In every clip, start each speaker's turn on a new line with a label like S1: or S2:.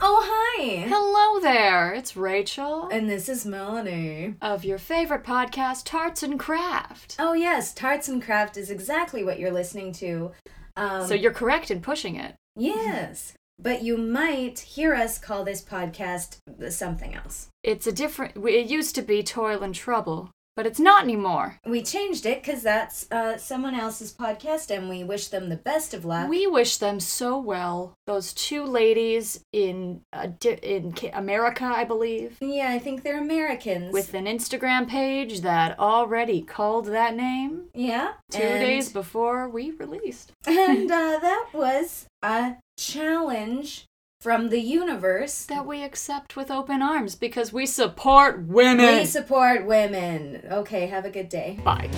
S1: Oh, Hi.
S2: Hello there, it's Rachel
S1: And this is Melanie.
S2: of your favorite podcast, Tarts and Craft.
S1: Oh, yes, Tarts and Craft is exactly what you're listening to. Um,
S2: So you're correct in pushing it.
S1: yes, but you might hear us call this podcast something else.
S2: It's a different. w- It used to be Toil and Trouble, but it's not anymore.
S1: We changed it because that's uh, someone else's podcast and we wish them the best of luck.
S2: We wish them so well. Those two ladies in uh, di- in Ca- America, I believe,
S1: yeah, I think they're Americans.
S2: with an Instagram page that already called that name
S1: yeah.
S2: two
S1: and-
S2: days before we released.
S1: And uh, that was a challenge from the universe.
S2: That we accept with open arms because we support women.
S1: We support women. Okay, have a good day.
S2: Bye.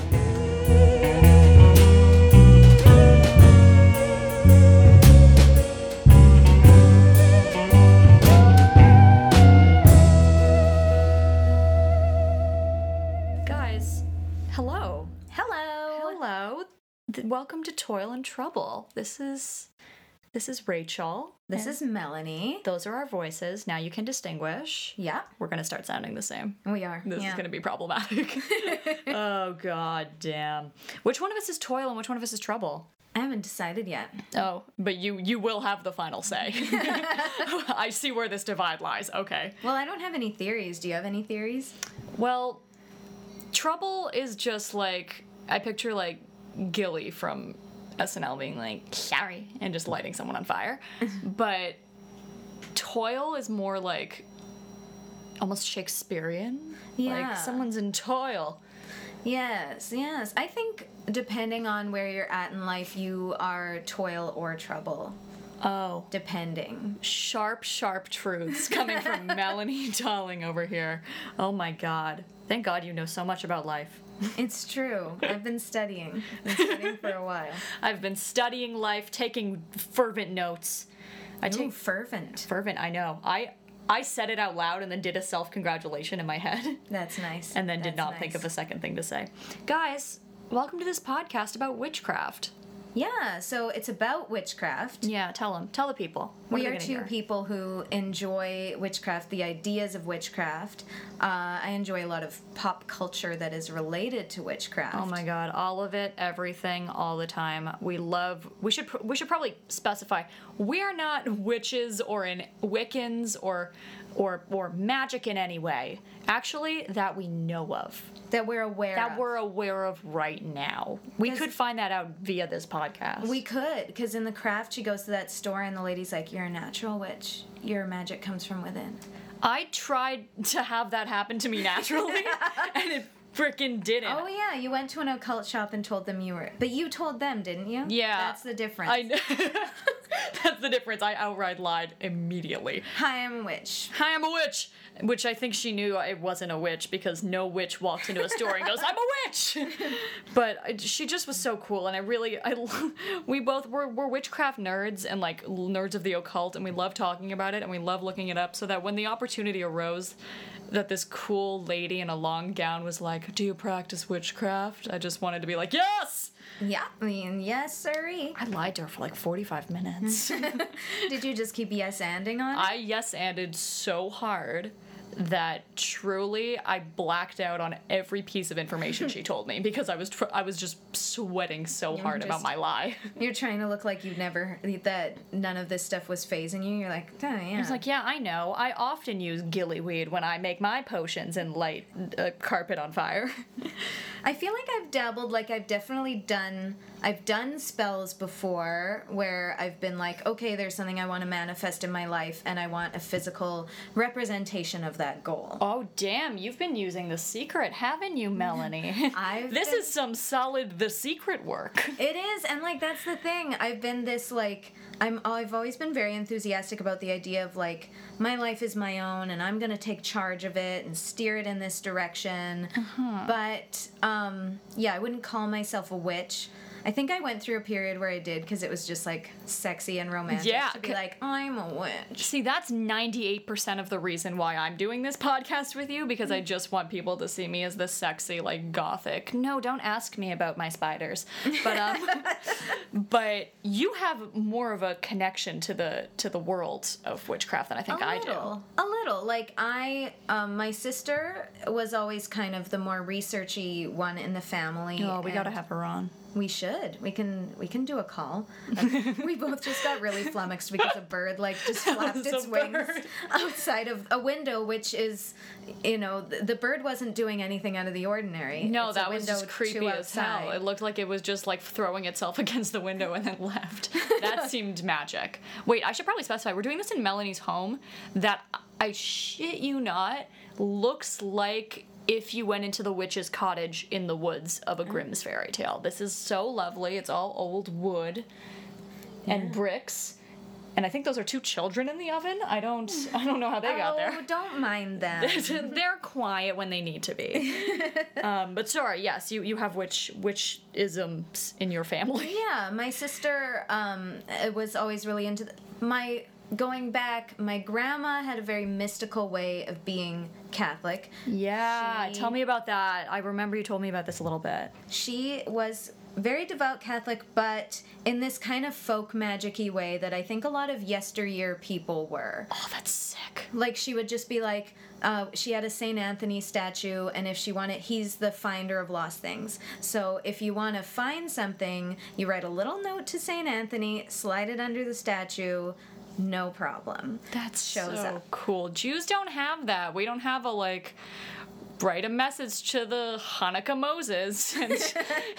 S2: Guys, hello.
S1: Hello.
S2: Hello. Th- welcome to Toil and Trouble. This is this is Rachel.
S1: This is Melanie.
S2: Those are our voices. Now you can distinguish.
S1: Yeah,
S2: We're going to start sounding the same.
S1: we are.
S2: This is going to be problematic. oh god damn. Which one of us is toil and which one of us is trouble?
S1: I haven't decided yet.
S2: Oh, but you you will have the final say. I see where this divide lies. Okay.
S1: Well, I don't have any theories. Do you have any theories?
S2: Well, trouble is just like I picture like Gilly from SNL being like sorry and just lighting someone on fire, but toil is more like almost Shakespearean.
S1: Yeah.
S2: Like someone's in toil.
S1: Yes, yes. I think depending on where you're at in life, you are toil or trouble,
S2: Oh.
S1: depending.
S2: sharp, sharp truths coming from Melanie Darling over here. Oh my God. Thank God you know so much about life.
S1: It's true. I've been studying. I've been studying for a while.
S2: I've been studying life, taking fervent notes. I
S1: Ooh,
S2: take
S1: fervent.
S2: fervent, I know. I I said it out loud and then did a self-congratulation in my head
S1: That's nice.
S2: and then
S1: That's
S2: did not think
S1: nice.
S2: of a second thing to say. Guys, welcome to this podcast about witchcraft.
S1: Yeah, so it's about witchcraft.
S2: Yeah, tell them. Tell the people. What
S1: we
S2: they
S1: are
S2: gonna
S1: two
S2: hear?
S1: people who enjoy witchcraft, the ideas of witchcraft. Uh, I enjoy a lot of pop culture that is related to witchcraft.
S2: Oh my god, all of it, everything, all the time. We love. We should. pr- We should probably specify. We are not witches or in Wiccans or, or or magic in any way. Actually, that we know of,
S1: That we're aware
S2: that
S1: of.
S2: we're aware of right now. We
S1: Because-
S2: could find that out via this podcast.
S1: we could, because in the craft, she goes to that store and the lady's like, You're a natural witch. Your magic comes from within.
S2: I tried to have that happen to me naturally, and it freaking didn't.
S1: Oh, yeah, you went to an occult shop and told them you were. But you told them, didn't you?
S2: Yeah.
S1: That's the difference.
S2: I know. That's the difference. I outright lied immediately.
S1: Hi, I'm a witch.
S2: hi, I'm a witch. Which I think she knew I wasn't a witch because no witch walks into a store and goes, I'm a witch. But I- she just was so cool, and I really, I, lo- we both were, were witchcraft nerds and like l- nerds of the occult, and we love talking about it and we love looking it up. So that when the opportunity arose, that this cool lady in a long gown was like, "Do you practice witchcraft?" I just wanted to be like, "Yes."
S1: Yeah. I mean, yes, sorry.
S2: I lied to her for like 45 minutes.
S1: Did you just keep yes anding on?
S2: I yes anded so hard that truly I blacked out on every piece of information she told me because I was tr- I was just sweating so hard about
S1: just-
S2: my lie.
S1: You're trying to look like you've never that none of this stuff was phasing you. You're like, oh yeah.
S2: It's like, yeah, I know. I often use gillyweed when I make my potions and light a carpet on fire.
S1: I feel like I've dabbled. Like I've definitely done. I've done spells before where I've been like, okay, there's something I want to manifest in my life, and I want a physical representation of that goal.
S2: oh, damn, you've been using the secret, haven't you, Melanie?
S1: I've
S2: this
S1: been-
S2: is some solid the secret work.
S1: It is, and like that's the thing. I've been this like I'm. I've always been very enthusiastic about the idea of like my life is my own, and I'm gonna take charge of it and steer it in
S2: Uh-huh.
S1: this direction. But um, yeah, I wouldn't call myself a witch. I think I went through a period where I did because it was just like sexy and romantic
S2: Yeah,
S1: to be
S2: c-
S1: like, I'm a witch.
S2: See, that's 98% of the reason why I'm doing this podcast with you because I just want people to see me as this sexy, like gothic. No, don't ask me about my spiders. But um, but you have more of a connection to the to the world of witchcraft than I think I do.
S1: little, A little. Like I, um, my sister was always kind of the more researchy one in the family.
S2: Oh, we gotta
S1: and
S2: have her on.
S1: We should. We can. We can do a call. Um, we both just got really flummoxed because a bird like just flapped
S2: was
S1: its
S2: a
S1: wings
S2: bird.
S1: outside of a window, which is, you know, th- the bird wasn't doing anything out of the ordinary.
S2: No,
S1: It's a
S2: that was
S1: window
S2: just
S1: to
S2: creepy as hell.
S1: outside.
S2: It looked like it was just like throwing itself against the window and then left. That seemed magic. Wait, I should probably specify we're doing this in Melanie's home that I shit you not looks like if you went into the witch's cottage in the woods of
S1: Mm.
S2: a Grimm's fairy tale. This is so lovely. It's all old wood and bricks. And I think those are two children in the oven. I don't I don't know how they got there.
S1: Oh, don't mind them.
S2: they're quiet when they need to be. um, but sorry, yes, you, you have witch witch isms in your family.
S1: Yeah, my sister um, uh, was always really into th- my going back. My grandma had a very mystical way of being Catholic.
S2: Yeah,
S1: She-
S2: tell me about that. I remember you told me about this a little bit.
S1: She was very devout Catholic, but in this kind of folk magicy way that I think a lot of yesteryear people were.
S2: Oh, that's sick.
S1: Like she would just be like, uh, she had a Saint Anthony statue, and if she wanted, he's the finder of lost things. So if you want to find something, you write a little note to Saint Anthony, slide it under the statue, no problem.
S2: That
S1: shows
S2: so
S1: up.
S2: cool. Jews don't have that. We don't have a like write a message to the Hanukkah Moses and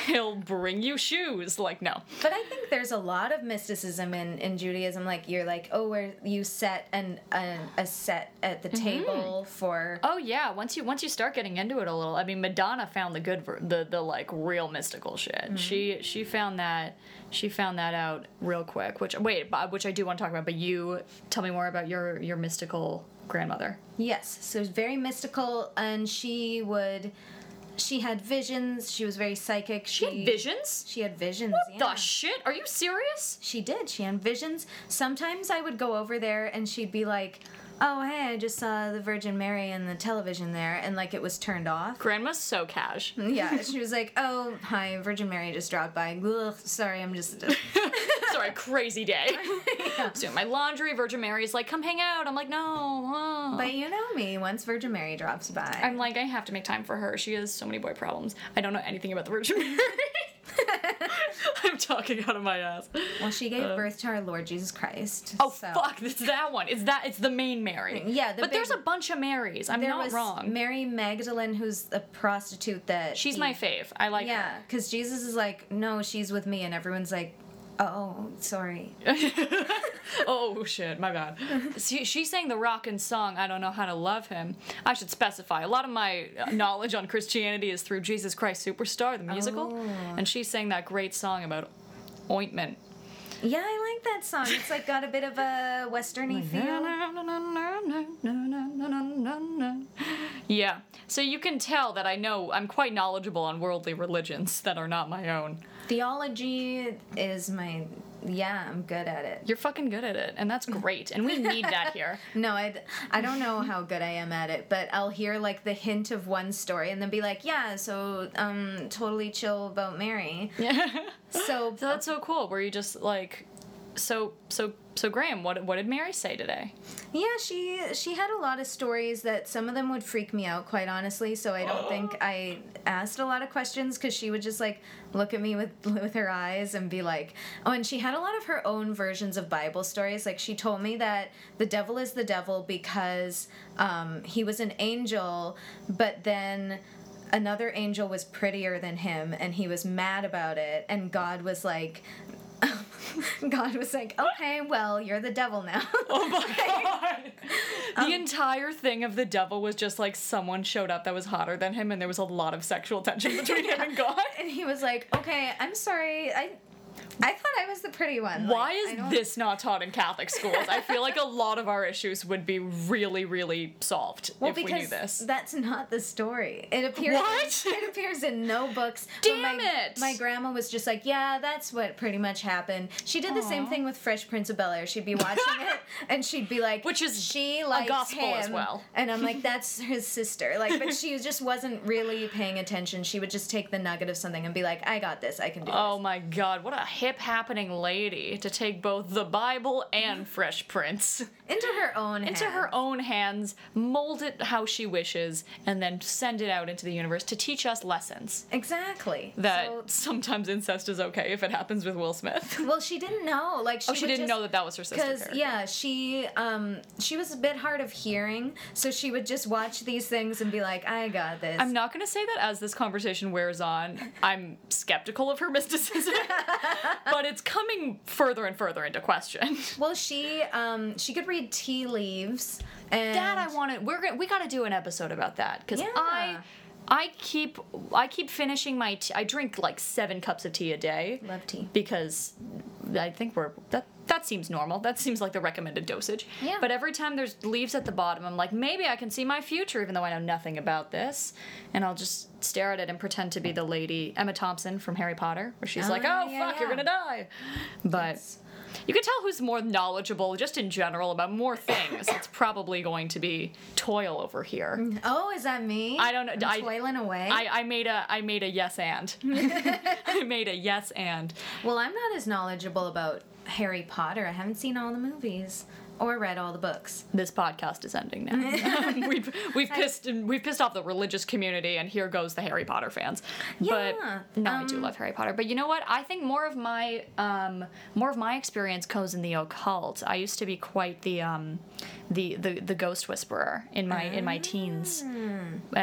S2: he'll bring you shoes. Like no.
S1: But I think there's a lot of mysticism in, in Judaism. Like you're like, oh, where you set an, an a set at the table for
S2: Oh yeah, once you once you start getting into it a little, I mean Madonna found the good ver- the the like real mystical shit. She she found that she found that out real quick. Which wait, Bob, which I do want to talk about. But you tell me more about your your mystical grandmother.
S1: Yes, so it's very mystical, and she would. She had visions. She was very psychic. She,
S2: She had visions.
S1: She had visions. yeah.
S2: The shit? Are you serious?
S1: she did. She had visions. Sometimes I would go over there, and she'd be like, "Oh, hey, I just saw the Virgin Mary in the television there," and like it was turned off.
S2: Grandma's so cash.
S1: Yeah, she was like, "Oh, hi, Virgin Mary just dropped by. Ugh, sorry, I'm just."
S2: Sorry, crazy day. I'm doing my laundry. Virgin Mary's like, come hang out. I'm like, no. uh."
S1: But you know me. Once Virgin Mary drops by,
S2: I'm like, I have to make time for her. She has so many boy problems. I don't know anything about the Virgin Mary. I'm talking out of my ass.
S1: well, she gave birth to our Lord Jesus Christ.
S2: Uh. Oh
S1: so-
S2: fuck, it's that one. It's that it's the main Mary.
S1: Yeah, the
S2: but there's a
S1: big-
S2: bunch of Marys. I'm
S1: There
S2: not
S1: was
S2: wrong.
S1: Mary Magdalene, who's a prostitute that
S2: She's
S1: he-
S2: my fave. I like
S1: Yeah, because Jesus is like, no, she's with me, and everyone's like, oh, sorry.
S2: her. oh shit, my bad. she, she sang the rockin' song, I Don't Know How to Love Him. I should specify. A lot of my uh, knowledge on Christianity is through Jesus Christ Superstar, the musical. And she sang that great song about ointment.
S1: Yeah, I like that song. It's like got a bit of a westerny feel.
S2: Yeah. So you can tell that I know I'm quite knowledgeable on worldly religions that are not my own.
S1: Theology is my yeah, I'm good at it.
S2: You're fucking good at it, and that's great. And we need that here.
S1: No, I, I don't know how good I am at it, but I'll hear like the hint of one story and then be like, yeah, so um, totally chill about Mary.
S2: Yeah.
S1: So
S2: So that's so cool. Where you just like, so so so Graham, what what did Mary say today?
S1: Yeah, she she had a lot of stories that some of them would freak me out, quite honestly. So I don't think I asked a lot of questions because she would just like look at me with with her eyes and be like, oh. And she had a lot of her own versions of Bible stories. Like she told me that the devil is the devil because um, he was an angel, but then another angel was prettier than him and he was mad about it and god was like god was like okay well you're the devil now
S2: Oh my god! the entire thing of the devil was just like someone showed up that was hotter than him, and there was a lot of sexual tension between him and God.
S1: And he was like, "Okay, I'm sorry. I I thought I was the pretty one.
S2: Why
S1: Like, I
S2: is
S1: don't-
S2: this not taught in Catholic schools? I feel like a lot of our issues would be really, really solved
S1: Well,
S2: if we
S1: because
S2: knew this.
S1: that's not the story. It appears.
S2: What?
S1: it appears in no books. but
S2: Damn
S1: my,
S2: it!
S1: My grandma was just like, "Yeah, that's what pretty much happened." She did the same
S2: Aw.
S1: thing with Fresh Prince of Bel Air. She'd be watching it, and she'd be like,
S2: Which is
S1: she
S2: a
S1: likes
S2: gospel
S1: him.
S2: as well.
S1: And I'm like, "That's his sister." Like, but she just wasn't really paying attention. She would just take the nugget of something and be like, "I got this. I can do
S2: Oh my god, what a hip happening lady to take both the Bible and Fresh Prince
S1: this." Into her own.
S2: into her
S1: hands.
S2: own hands, mold it how she wishes, and then send it out into the universe to teach us lessons.
S1: Exactly.
S2: That
S1: So-
S2: sometimes incest is okay if it happens with Will Smith.
S1: well, she didn't know. Like, she
S2: Oh, she
S1: would
S2: didn't
S1: just-
S2: know that that was her sister.
S1: because
S2: character.
S1: yeah she um she was a bit hard of hearing so she would just watch these things and be like i got this
S2: I'm not going to say that as this conversation wears on, I'm skeptical of her mysticism, but it's coming further and further into question.
S1: well she um she could read tea leaves and
S2: That I want to. We're gonna, we got to do an episode about that because
S1: Yeah.
S2: I I keep I keep finishing my tea. I drink like seven cups of tea a day
S1: love tea
S2: because I think we're that that seems normal. That seems like the recommended dosage.
S1: Yeah.
S2: But every time there's leaves at the bottom, I'm like maybe I can see my future even though I know nothing about this, and I'll just stare at it and pretend to be the lady Emma Thompson from Harry Potter, where she's
S1: Oh,
S2: like, oh
S1: yeah,
S2: fuck, you're
S1: yeah.
S2: gonna die. But. You can tell who's more knowledgeable, just in general, about more things. it's probably going to be toil over here.
S1: oh is that me
S2: I don't know.
S1: I'm
S2: I-
S1: toiling away
S2: I, I made a I made a yes and. I made a yes and.
S1: well i'm not as knowledgeable about harry potter i haven't seen all the movies or read all the books
S2: This podcast is ending now. we've we've pissed we've pissed off the religious community, and here goes the Harry Potter fans.
S1: Yeah,
S2: but no, I do love Harry Potter. But you know what? I think more of my um, more of my experience goes in the occult. I used to be quite the um, the, the the ghost whisperer in my in my teens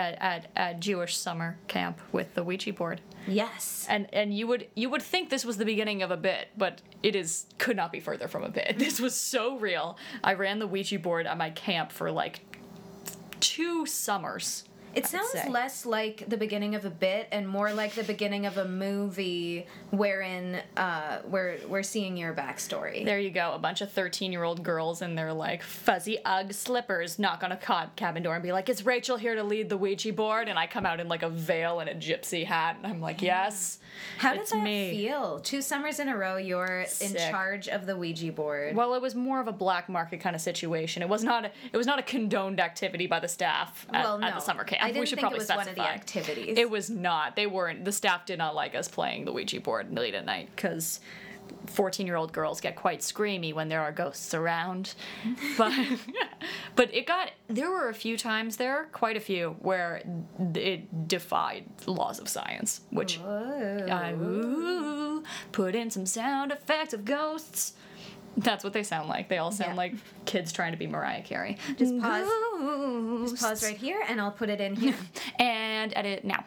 S2: at, at at Jewish summer camp with the Ouija board.
S1: yes
S2: And and you would you would think this was the beginning of a bit, but it is could not be further from a bit. This was so real. I ran the Ouija board at my camp for like two summers.
S1: It sounds
S2: say.
S1: less like the beginning of a bit and more like the beginning of a movie wherein uh, we're we're seeing your backstory.
S2: There you go, a bunch of thirteen-year-old girls in their like fuzzy UGG slippers knock on a cob- cabin door and be like, "Is Rachel here to lead the Ouija board?" And I come out in like a veil and a gypsy hat, and I'm like, "Yes."
S1: How does
S2: it's
S1: that
S2: me.
S1: feel? Two summers in a row, you're in
S2: Sick.
S1: charge of the Ouija board.
S2: Well, it was more of a black market kind of situation. It was not. A, it was not a condoned activity by the staff at,
S1: Well,
S2: at the
S1: no.
S2: summer camp.
S1: I didn't
S2: we should
S1: think it
S2: probably
S1: was one of
S2: specify.
S1: the activities.
S2: It was not. They weren't. The staff did not like us playing the Ouija board late at night because. 14 year old girls get quite screamy when there are ghosts around. But but it got there were a few times there, quite a few where it defied laws of science, which
S1: Whoa.
S2: I ooh, put in some sound effects of ghosts. That's what they sound like. They all sound
S1: Yeah.
S2: like kids trying to be Mariah Carey. Just
S1: pause-
S2: Ghosts.
S1: Pause right here, and I'll put it in here.
S2: And edit now.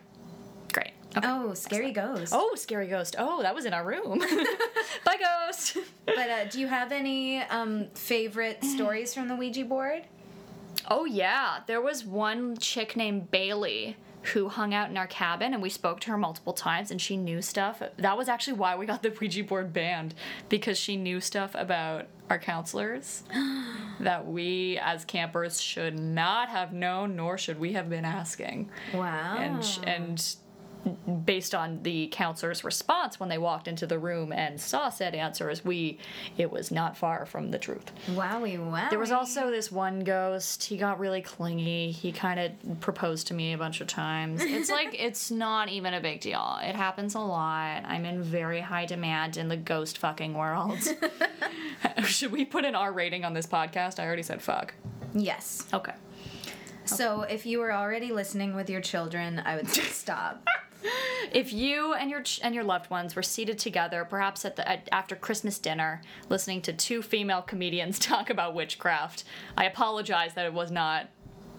S2: Great. Okay.
S1: oh, scary ghost.
S2: Oh, scary ghost. Oh, that was in our room. Bye, ghost.
S1: But uh, do you have any um, favorite stories from the Ouija board?
S2: Oh, yeah. There was one chick named Bailey who hung out in our cabin and we spoke to her multiple times and she knew stuff. That was actually why we got the Ouija board banned because she knew stuff about our counselors that we as campers should not have known nor should we have been asking.
S1: Wow.
S2: And sh- and based on the counselor's response when they walked into the room and saw said answers, we it was not far from the truth.
S1: Wowie, wow.
S2: There was also this one ghost. He got really clingy. He kind of proposed to me a bunch of times. It's like it's not even a big deal. It happens a lot. I'm in very high demand in the ghost fucking world. Should we put an R rating on this podcast? I already said fuck.
S1: Yes.
S2: Okay.
S1: So if you were already listening with your children, I would say stop.
S2: If you and your ch- and your loved ones were seated together, perhaps at the at, after Christmas dinner, listening to two female comedians talk about witchcraft, I apologize that it was not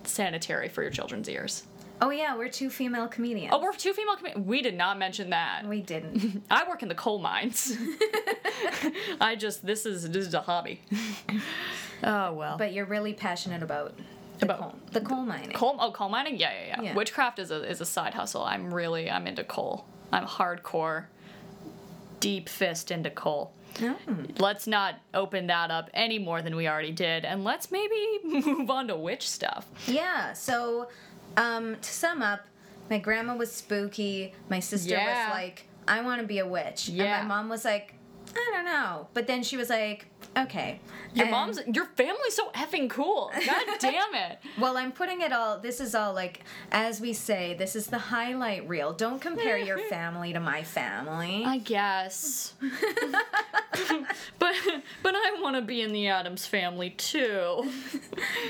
S2: sanitary for your children's ears.
S1: oh, yeah, we're two female comedians.
S2: Oh, we're two female comedians. We did not mention that.
S1: we didn't.
S2: I work in the coal mines. I just this is this is a hobby. oh well.
S1: But you're really passionate about the,
S2: About-
S1: coal, the coal mining.
S2: coal oh coal mining yeah yeah yeah.
S1: Yeah.
S2: Witchcraft is a is a side hustle. I'm really I'm into coal. I'm hardcore. deep fist into Cole.
S1: No.
S2: Let's not open that up any more than we already did, and let's maybe move on to witch stuff.
S1: Yeah. So, um, to sum up, my grandma was spooky. My sister
S2: Yeah.
S1: was like, "I want to be a witch,"
S2: Yeah.
S1: and my mom was like, "I don't know," but then she was like, "Okay."
S2: Your
S1: And-
S2: mom's, your family's so effing cool. God damn it.
S1: Well, I'm putting it all. This is all like, as we say, this is the highlight reel. Don't compare your family to my family.
S2: I guess. but but I want to be in the Adams family too.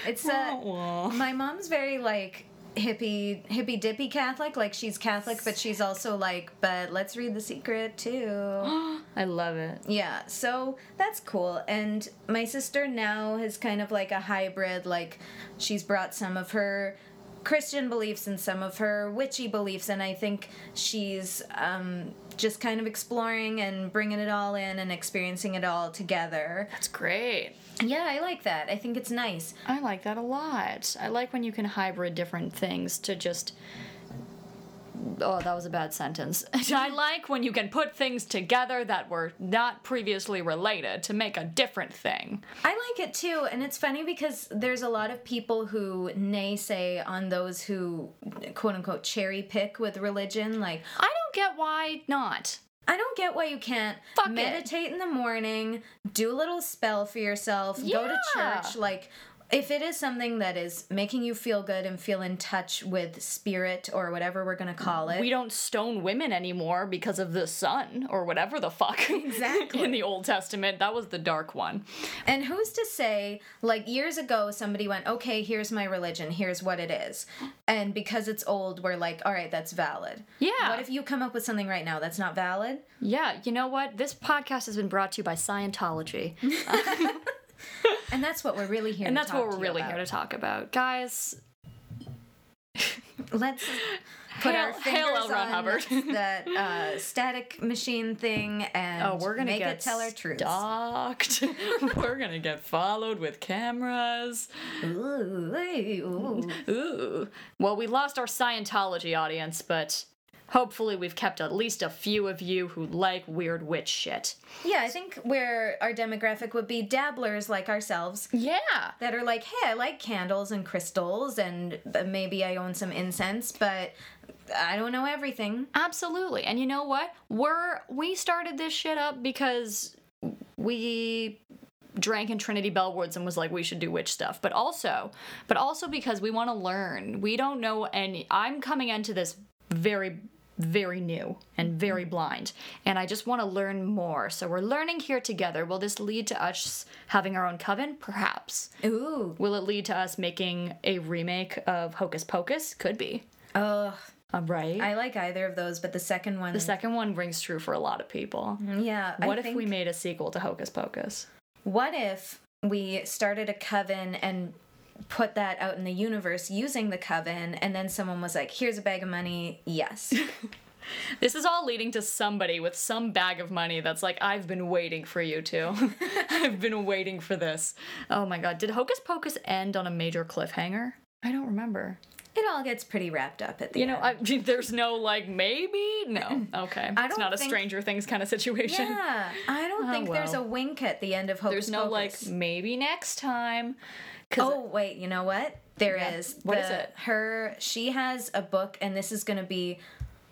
S1: It's uh, my mom's very like hippie hippie dippy Catholic. Like she's Catholic, but she's also like, but let's read the secret too.
S2: I love it.
S1: Yeah, so that's cool. And my sister now is kind of like a hybrid. Like, she's brought some of her Christian beliefs and some of her witchy beliefs, and I think she's um, just kind of exploring and bringing it all in and experiencing it all together.
S2: That's great.
S1: Yeah, I like that. I think it's nice.
S2: I like that a lot. I like when you can hybrid different things to just. Oh, that was a bad sentence. I like when you can put things together that were not previously related to make a different thing.
S1: I like it too, and it's funny because there's a lot of people who naysay on those who quote unquote cherry pick with religion, like,
S2: I don't get why not.
S1: I don't get why you can't
S2: Fuck it.
S1: meditate in the morning, do a little spell for yourself, go to
S2: Yeah.
S1: church. Like, if it is something that is making you feel good and feel in touch with spirit or whatever we're going to call it.
S2: We don't stone women anymore because of the sun or whatever the fuck.
S1: Exactly.
S2: In the Old Testament, that was the dark one.
S1: and who's to say, like, years ago, somebody went, okay, here's my religion, here's what it is. And because it's old, we're like, all right, that's valid.
S2: Yeah.
S1: What if you come up with something right now that's not valid?
S2: Yeah, you know what? This podcast has been brought to you by Scientology.
S1: And that's what we're really here
S2: and
S1: to
S2: that's
S1: talk
S2: what
S1: to
S2: we're
S1: you
S2: really
S1: about.
S2: here to talk about. Guys,
S1: Let's put
S2: Hail-
S1: our
S2: hail
S1: fingers
S2: L. Ron
S1: on
S2: Hubbard.
S1: that uh, static machine thing, and
S2: oh, we're going to
S1: make
S2: get
S1: it tell our truth.
S2: stalked. we're going to get followed with cameras.
S1: Ooh, ay, ooh.
S2: Ooh. Well, we lost our Scientology audience, but hopefully we've kept at least a few of you who like weird witch shit.
S1: Yeah, I think where our demographic would be dabblers like ourselves
S2: Yeah.
S1: that are like, hey, I like candles and crystals, and uh, maybe I own some incense, but I don't know everything.
S2: Absolutely. And you know what? We're we started this shit up because we drank in Trinity Bellwoods and was like we should do witch stuff. But also, but also because we want to learn. We don't know any I'm coming into this very very new and very blind and i just want to learn more so we're learning here together will this lead to us having our own coven perhaps
S1: Ooh,
S2: will it lead to us making a remake of hocus pocus could be
S1: oh,
S2: uh, right
S1: I like either of those, but the second one,
S2: the second one rings true for a lot of people.
S1: yeah. I
S2: What if
S1: think-
S2: we made a sequel to Hocus Pocus?
S1: What if we started a coven and put that out in the universe using the coven, and then someone was like, here's a bag of money, yes.
S2: This is all leading to somebody with some bag of money that's like, I've been waiting for you to. I've been waiting for this. Oh my god. Did Hocus Pocus end on a major cliffhanger? I don't remember.
S1: it all gets pretty wrapped up at the
S2: You
S1: end.
S2: know, I, there's no like maybe? No. Okay.
S1: I
S2: it's
S1: don't
S2: not a
S1: think-
S2: Stranger Things kind of situation.
S1: yeah, I don't
S2: Oh,
S1: think there's
S2: well.
S1: a wink at the end of Hocus
S2: There's no like
S1: Pocus.
S2: maybe next time. 'Cause-
S1: Oh wait, you know what? There
S2: Yeah.
S1: is.
S2: What is
S1: The-
S2: it?
S1: Her. She has a book, and this is going to be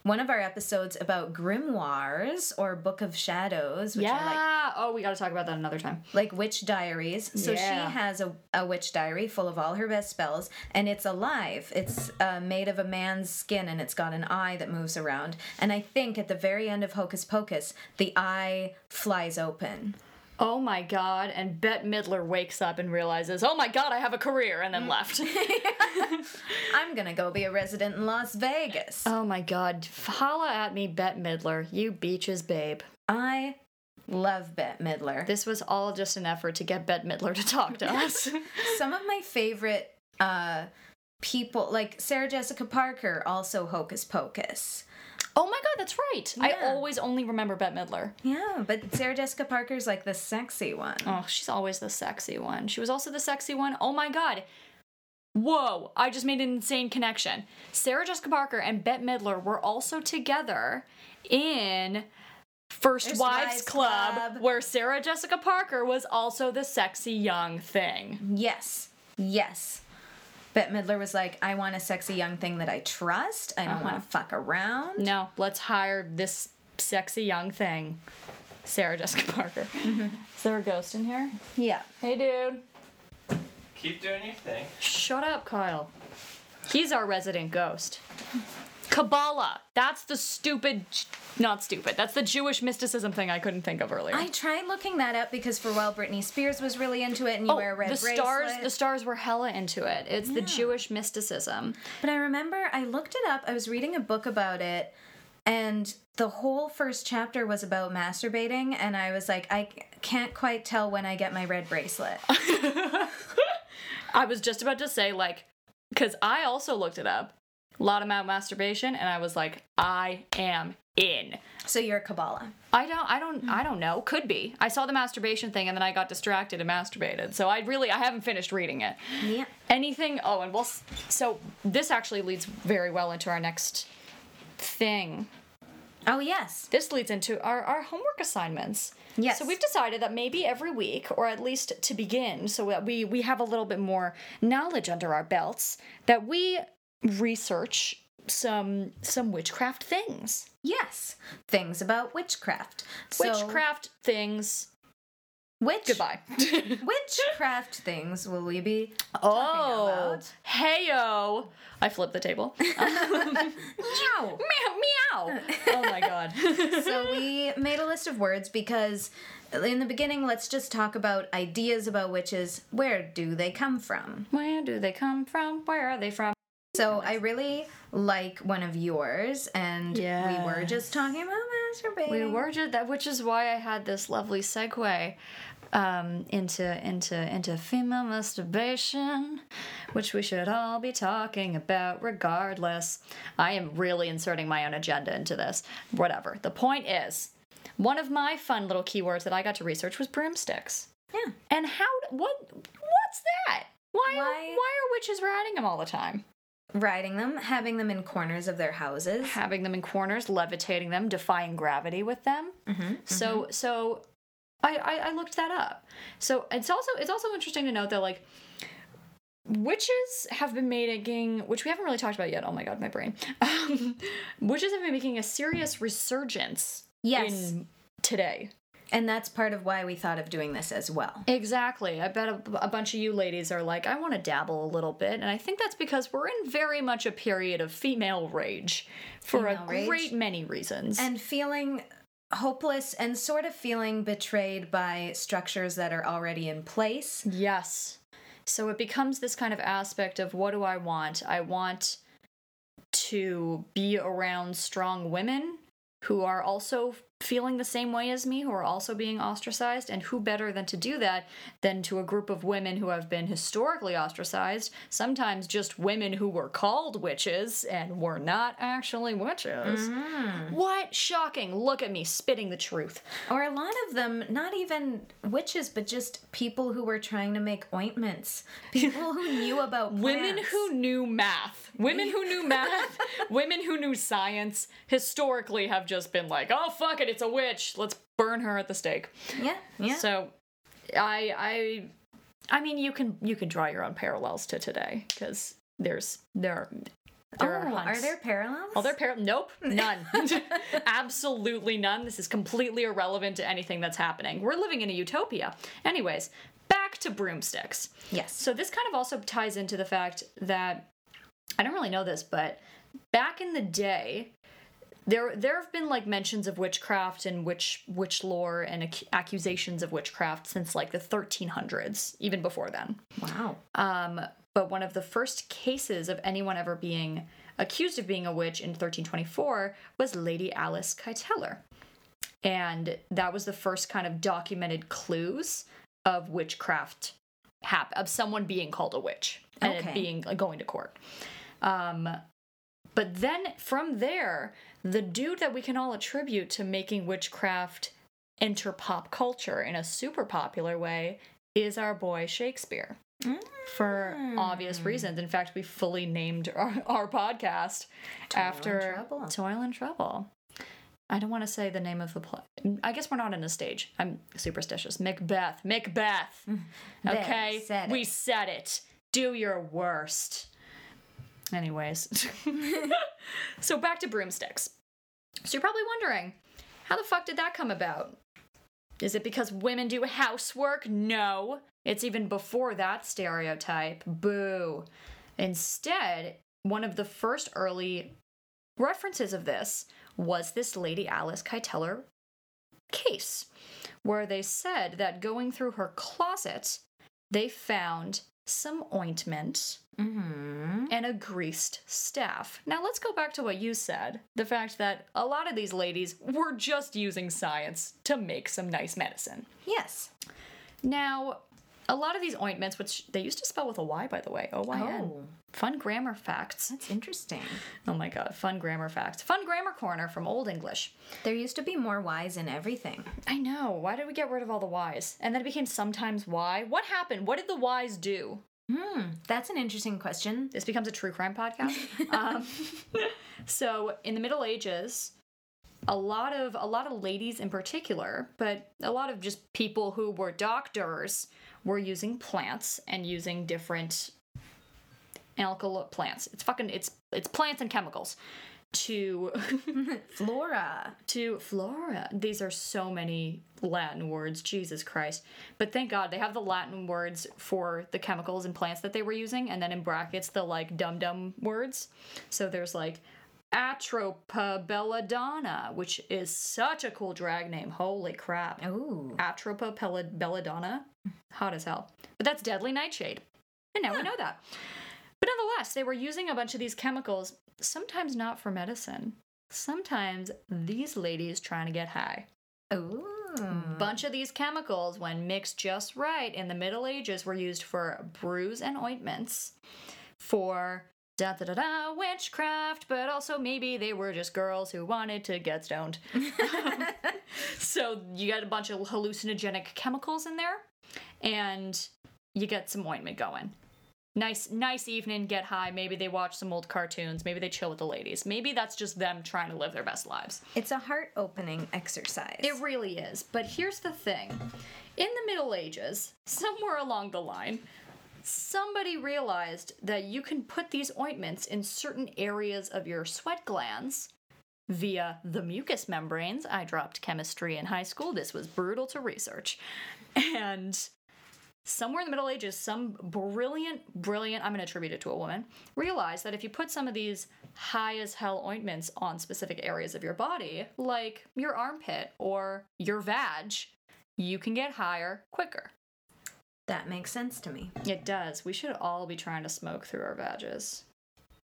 S1: one of our episodes about grimoires or Book of Shadows, which
S2: yeah.
S1: I like
S2: oh, we got to talk about that another time.
S1: like witch diaries. So
S2: Yeah.
S1: she has a, a witch diary full of all her best spells, and it's alive. It's uh, made of a man's skin, and it's got an eye that moves around. And I think at the very end of Hocus Pocus, the eye flies open.
S2: Oh my god, and Bette Midler wakes up and realizes, oh my god, I have a career, and then left.
S1: I'm gonna go be a resident in Las Vegas.
S2: oh my god, holla at me, Bette Midler, you beaches babe.
S1: I love Bette Midler.
S2: This was all just an effort to get Bette Midler to talk to us.
S1: Some of my favorite uh, people, like Sarah Jessica Parker, also Hocus Pocus.
S2: oh my god, that's right. I
S1: Yeah.
S2: always only remember Bette Midler.
S1: Yeah, but Sarah Jessica Parker's like the sexy one.
S2: Oh, she's always the sexy one. She was also the sexy one. Oh my god. Whoa, I just made an insane connection. Sarah Jessica Parker and Bette Midler were also together in First
S1: First
S2: Wives,
S1: Wives
S2: Club,
S1: Club.
S2: where Sarah Jessica Parker was also the sexy young thing.
S1: Yes. Yes. Bette Midler was like, I want a sexy young thing that I trust. I don't
S2: Uh-huh.
S1: want to fuck around.
S2: No, let's hire this sexy young thing, Sarah Jessica Parker. Is there a ghost in here?
S1: Yeah.
S2: Hey, dude.
S3: Keep doing your thing.
S2: Shut up, Kyle. He's our resident ghost. Kabbalah. That's the stupid, not stupid. That's the Jewish mysticism thing I couldn't think of earlier.
S1: I tried looking that up because for a while Britney Spears was really into it and you
S2: Oh,
S1: wear a red
S2: the
S1: bracelet.
S2: stars. The stars were hella into it. It's the Jewish mysticism.
S1: But I remember I looked it up. I was reading a book about it, and the whole first chapter was about masturbating. And I was like, I c- can't quite tell when I get my red bracelet.
S2: I was just about to say like, because I also looked it up. A lot about masturbation, and I was like, I am in.
S1: so you're a Kabbalah.
S2: I don't. I don't. I don't know. Could be. I saw the masturbation thing, and then I got distracted and masturbated. So I really. I haven't finished reading it.
S1: Yeah.
S2: anything oh and we'll s- so this actually leads very well into our next thing
S1: Oh, yes.
S2: this leads into our, our homework assignments
S1: Yes.
S2: so we've decided that maybe every week or at least to begin so that we we have a little bit more knowledge under our belts that we research some some witchcraft things
S1: Yes. Things about witchcraft. So-
S2: witchcraft things
S1: Witch.
S2: goodbye
S1: Witchcraft things will we be?
S2: oh
S1: about.
S2: heyo i flipped the table
S1: Meow.
S2: meow meow oh my god
S1: so we made a list of words because in the beginning, let's just talk about ideas about witches. Where do they come from?
S2: Where do they come from? Where are they from?
S1: So I really like one of yours, and we were just talking about masturbating.
S2: We were just that, which is why I had this lovely segue um, into into into female masturbation, which we should all be talking about, regardless. I am really inserting my own agenda into this. Whatever. The point is, one of my fun little keywords that I got to research was broomsticks.
S1: Yeah.
S2: And how? What? What's that? Why? Why, why
S1: Why-
S2: are witches riding them all the time?
S1: riding them, having them in corners of their houses.
S2: having them in corners, levitating them, defying gravity with them.
S1: Mm-hmm.
S2: So so I, I I looked that up. So it's also it's also interesting to note that like witches have been making which we haven't really talked about yet. Oh my god, my brain. Um, witches have been making a serious resurgence
S1: Yes,
S2: in today.
S1: and that's part of why we thought of doing this as well.
S2: Exactly. I bet a, a bunch of you ladies are like, I want to dabble a little bit. And I think that's because we're in very much a period of female rage for
S1: Female
S2: a
S1: rage.
S2: great many reasons.
S1: And feeling hopeless and sort of feeling betrayed by structures that are already in place.
S2: Yes. So it becomes this kind of aspect of what do I want? I want to be around strong women who are also feeling the same way as me, who are also being ostracized, and who better than to do that than to a group of women who have been historically ostracized, sometimes just women who were called witches and were not actually witches. What shocking! Look at me spitting the truth.
S1: Or a lot of them, not even witches, but just people who were trying to make ointments, people who knew about
S2: Women
S1: plants.
S2: who knew math, women who knew math, women who knew science, historically have just been like, "Oh fuck it, it's a witch. Let's burn her at the stake."
S1: yeah yeah
S2: So, I I I mean, you can you can draw your own parallels to today because there's there
S1: oh,
S2: there are hunts.
S1: are there parallels?
S2: Are there par- nope, none. Absolutely none. This is completely irrelevant to anything that's happening. We're living in a utopia. Anyways, back to broomsticks.
S1: yes.
S2: So this kind of also ties into the fact that I don't really know this, but back in the day, there there have been like mentions of witchcraft and witch witch lore and ac- accusations of witchcraft since like the 1300s, even before then.
S1: Wow.
S2: Um, but one of the first cases of anyone ever being accused of being a witch in 1324 was Lady Alice Kiteller. And that was the first kind of documented clues of witchcraft hap- of someone being called a witch and it
S1: Okay.
S2: being going to court. Um, but then from there, the dude that we can all attribute to making witchcraft enter pop culture in a super popular way is our boy Shakespeare for obvious reasons. In fact, we fully named our, our podcast after
S1: Trouble.
S2: Toil and Trouble. I don't want to say the name of the play. I guess we're not in a stage. I'm superstitious. Macbeth. Macbeth.
S1: There,
S2: Okay.
S1: said
S2: we
S1: it.
S2: said it. Do your worst. Anyways. so back to broomsticks. So you're probably wondering, how the fuck did that come about? Is it because women do housework? No. It's even before that stereotype. Boo. Instead, one of the first early references of this was this Lady Alice Kiteller case, where they said that going through her closet, they found some ointment
S1: Mm-hmm.
S2: and a greased staff. Now let's go back to what you said the fact that a lot of these ladies were just using science to make some nice medicine.
S1: Yes.
S2: Now, a lot of these ointments, which they used to spell with a Y, by the way, O Y N.
S1: Oh.
S2: Fun grammar facts.
S1: That's interesting.
S2: Oh my god, fun grammar facts. Fun grammar corner from Old English.
S1: There used to be more Y's in everything.
S2: I know. Why did we get rid of all the Y's? And then it became sometimes Y. What happened? What did the Y's do?
S1: Hmm. That's an interesting question.
S2: This becomes a true crime podcast. um, so in the Middle Ages, a lot of a lot of ladies in particular, but a lot of just people who were doctors were using plants and using different alkali plants. It's fucking it's it's plants and chemicals to
S1: Flora.
S2: to flora. These are so many Latin words, Jesus Christ. But thank God they have the Latin words for the chemicals and plants that they were using, and then in brackets the like dum dum words. So there's like Atropabelladonna, which is such a cool drag name. Holy crap.
S1: Ooh.
S2: Atropa Pel- belladonna. Hot as hell. But that's deadly nightshade. And now we know that. But nonetheless, they were using a bunch of these chemicals, sometimes not for medicine. Sometimes these ladies trying to get high.
S1: Ooh. Hmm.
S2: Bunch of these chemicals, when mixed just right in the Middle Ages, were used for brews and ointments, for da da da da witchcraft, but also maybe they were just girls who wanted to get stoned. So you got a bunch of hallucinogenic chemicals in there, and you get some ointment going. Nice, nice evening. Get high. Maybe they watch some old cartoons. Maybe they chill with the ladies. Maybe that's just them trying to live their best lives.
S1: It's a heart opening exercise.
S2: It really is. But here's the thing: in the Middle Ages, somewhere along the line, somebody realized that you can put these ointments in certain areas of your sweat glands via the mucous membranes. I dropped chemistry in high school. This was brutal to research. And somewhere in the Middle Ages, some brilliant, brilliant, I'm going to attribute it to a woman, realized that if you put some of these high as hell ointments on specific areas of your body, like your armpit or your vag, you can get higher quicker.
S1: that makes sense to me.
S2: It does. We should all be trying to smoke through our vages.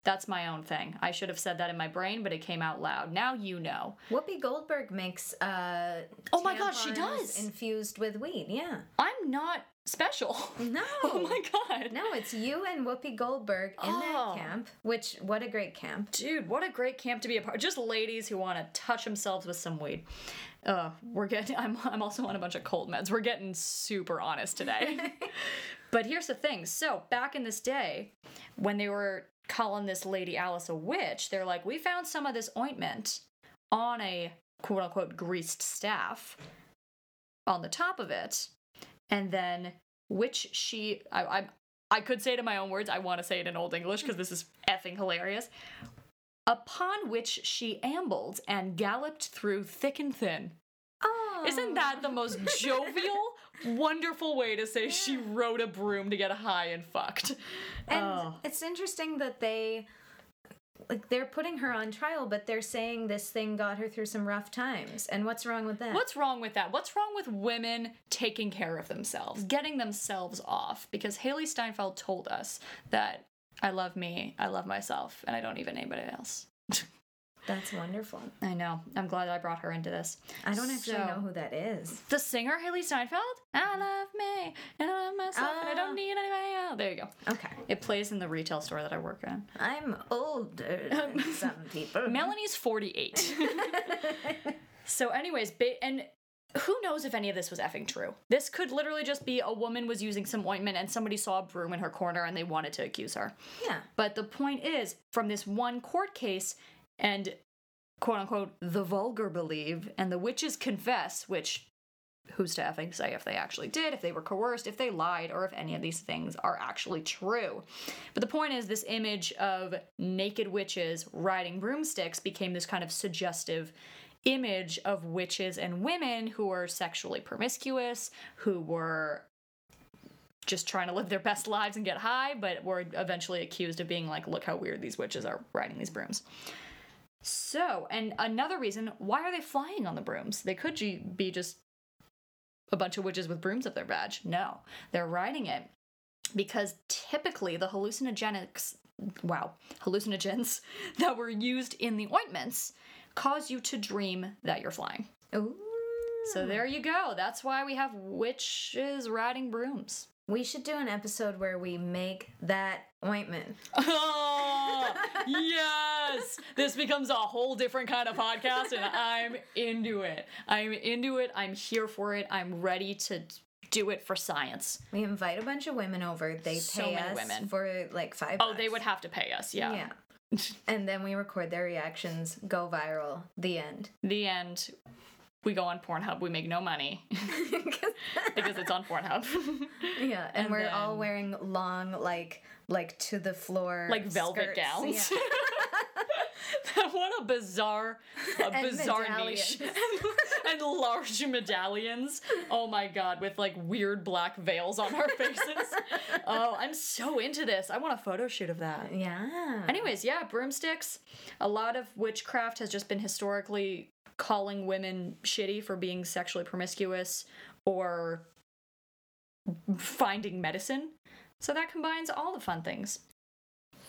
S2: That's my own thing. I should have said that in my brain, but it came out loud. Now you know.
S1: Whoopi Goldberg makes uh
S2: Oh my God, she
S1: tampons
S2: does.
S1: infused with weed. Yeah.
S2: I'm not special.
S1: No.
S2: Oh my god.
S1: No, it's you and Whoopi Goldberg in
S2: Oh.
S1: that camp. Which what a great camp.
S2: Dude, what a great camp to be a part. Just ladies who want to touch themselves with some weed. Uh, we're getting. I'm. I'm also on a bunch of cold meds. We're getting super honest today. but here's the thing. So back in this day, when they were calling this lady Alice a witch, they're like, we found some of this ointment on a quote unquote greased staff on the top of it, and then which she. I. I I could say it in my own words. I want to say it in Old English because this is effing hilarious upon which she ambled and galloped through thick and thin.
S1: Oh.
S2: Isn't that the most jovial, wonderful way to say she rode a broom to get high and fucked?
S1: And
S2: Oh.
S1: it's interesting that they like they're putting her on trial, but they're saying this thing got her through some rough times. And what's wrong with that?
S2: What's wrong with that? What's wrong with women taking care of themselves, getting themselves off? Because Haley Steinfeld told us that I love me, I love myself, and I don't need anybody else.
S1: That's wonderful.
S2: I know. I'm glad I brought her into this.
S1: I don't actually
S2: So-
S1: know who that is.
S2: The singer Haley Steinfeld? I love me, and I love myself, and I
S1: Ah.
S2: don't need anybody else. There you go.
S1: Okay.
S2: It plays in the retail store that I work in.
S1: I'm older
S2: Um,
S1: than some people.
S2: Melanie's 48. so, anyways, ba- and who knows if any of this was effing true? This could literally just be a woman was using some ointment and somebody saw a broom in her corner and they wanted to accuse her.
S1: yeah.
S2: But the point is, from this one court case and quote unquote the vulgar believe and the witches confess, which who's to effing say if they actually did, if they were coerced, if they lied, or if any of these things are actually true. But the point is, this image of naked witches riding broomsticks became this kind of suggestive image of witches and women who were sexually promiscuous, who were just trying to live their best lives and get high, but were eventually accused of being like, look how weird these witches are riding these brooms. So, and another reason, why are they flying on the brooms? They could ju- be just a bunch of witches with brooms up their badge. No, they're riding it because typically the hallucinogenics, wow, hallucinogens that were used in the ointments cause you to dream that you're flying.
S1: Ooh.
S2: So there you go. That's why we have witches riding brooms.
S1: We should do an episode where we make that ointment.
S2: Oh, yes! This becomes a whole different kind of podcast, and I'm into it. I'm into it. I'm here for it. I'm ready to do it for science.
S1: We invite a bunch of women over. They pay
S2: So many
S1: us
S2: women.
S1: for like five.
S2: Oh, they
S1: bucks.
S2: would have to pay us. Yeah.
S1: Yeah. and then we record their reactions, go viral. The end.
S2: The end. We go on Pornhub. We make no money because it's on Pornhub.
S1: yeah, and, we're all
S2: then-
S1: wearing long, like, like to the floor,
S2: like velvet
S1: skirts.
S2: gowns.
S1: Yeah.
S2: what a bizarre, a
S1: And
S2: bizarre
S1: medallions.
S2: niche. and large medallions. Oh my god, with like weird black veils on our faces. oh, I'm so into this. I want a photo shoot of that.
S1: Yeah.
S2: Anyways, yeah, broomsticks. A lot of witchcraft has just been historically calling women shitty for being sexually promiscuous or finding medicine. So that combines all the fun things.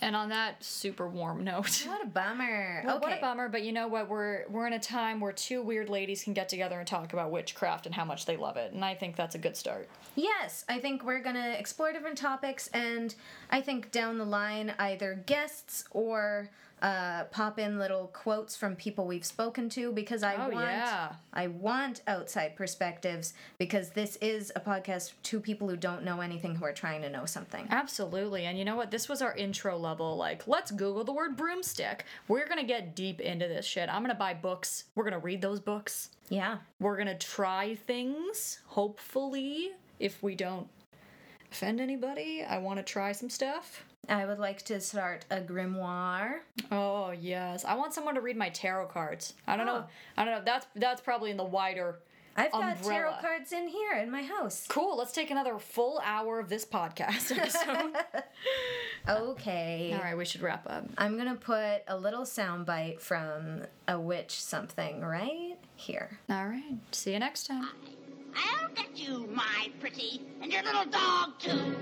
S2: And on that super warm note.
S1: What a bummer.
S2: Well,
S1: okay.
S2: What a bummer, but you know what? We're we're in a time where two weird ladies can get together and talk about witchcraft and how much they love it, and I think that's a good start.
S1: Yes, I think we're going to explore different topics, and I think down the line, either guests or uh, pop in little quotes from people we've spoken to because I
S2: Oh,
S1: want
S2: yeah.
S1: I want outside perspectives because this is a podcast to people who don't know anything who are trying to know something.
S2: Absolutely. And you know what? This was our intro level. Like, let's Google the word broomstick. We're going to get deep into this shit. I'm going to buy books. We're going to read those books.
S1: Yeah.
S2: We're going to try things, hopefully, if we don't offend anybody. I want to try some stuff.
S1: I would like to start a grimoire.
S2: Oh, yes. I want someone to read my tarot cards. I don't know.
S1: Oh.
S2: I don't know. That's that's probably in the wider
S1: I've got
S2: Umbrella.
S1: tarot cards in here in my house.
S2: Cool. Let's take another full hour of this podcast episode.
S1: Okay.
S2: All right, we should wrap up.
S1: I'm gonna put a little soundbite from a witch something right here.
S2: All right. See you next time.
S4: I'll get you, my pretty, and your little dog, too.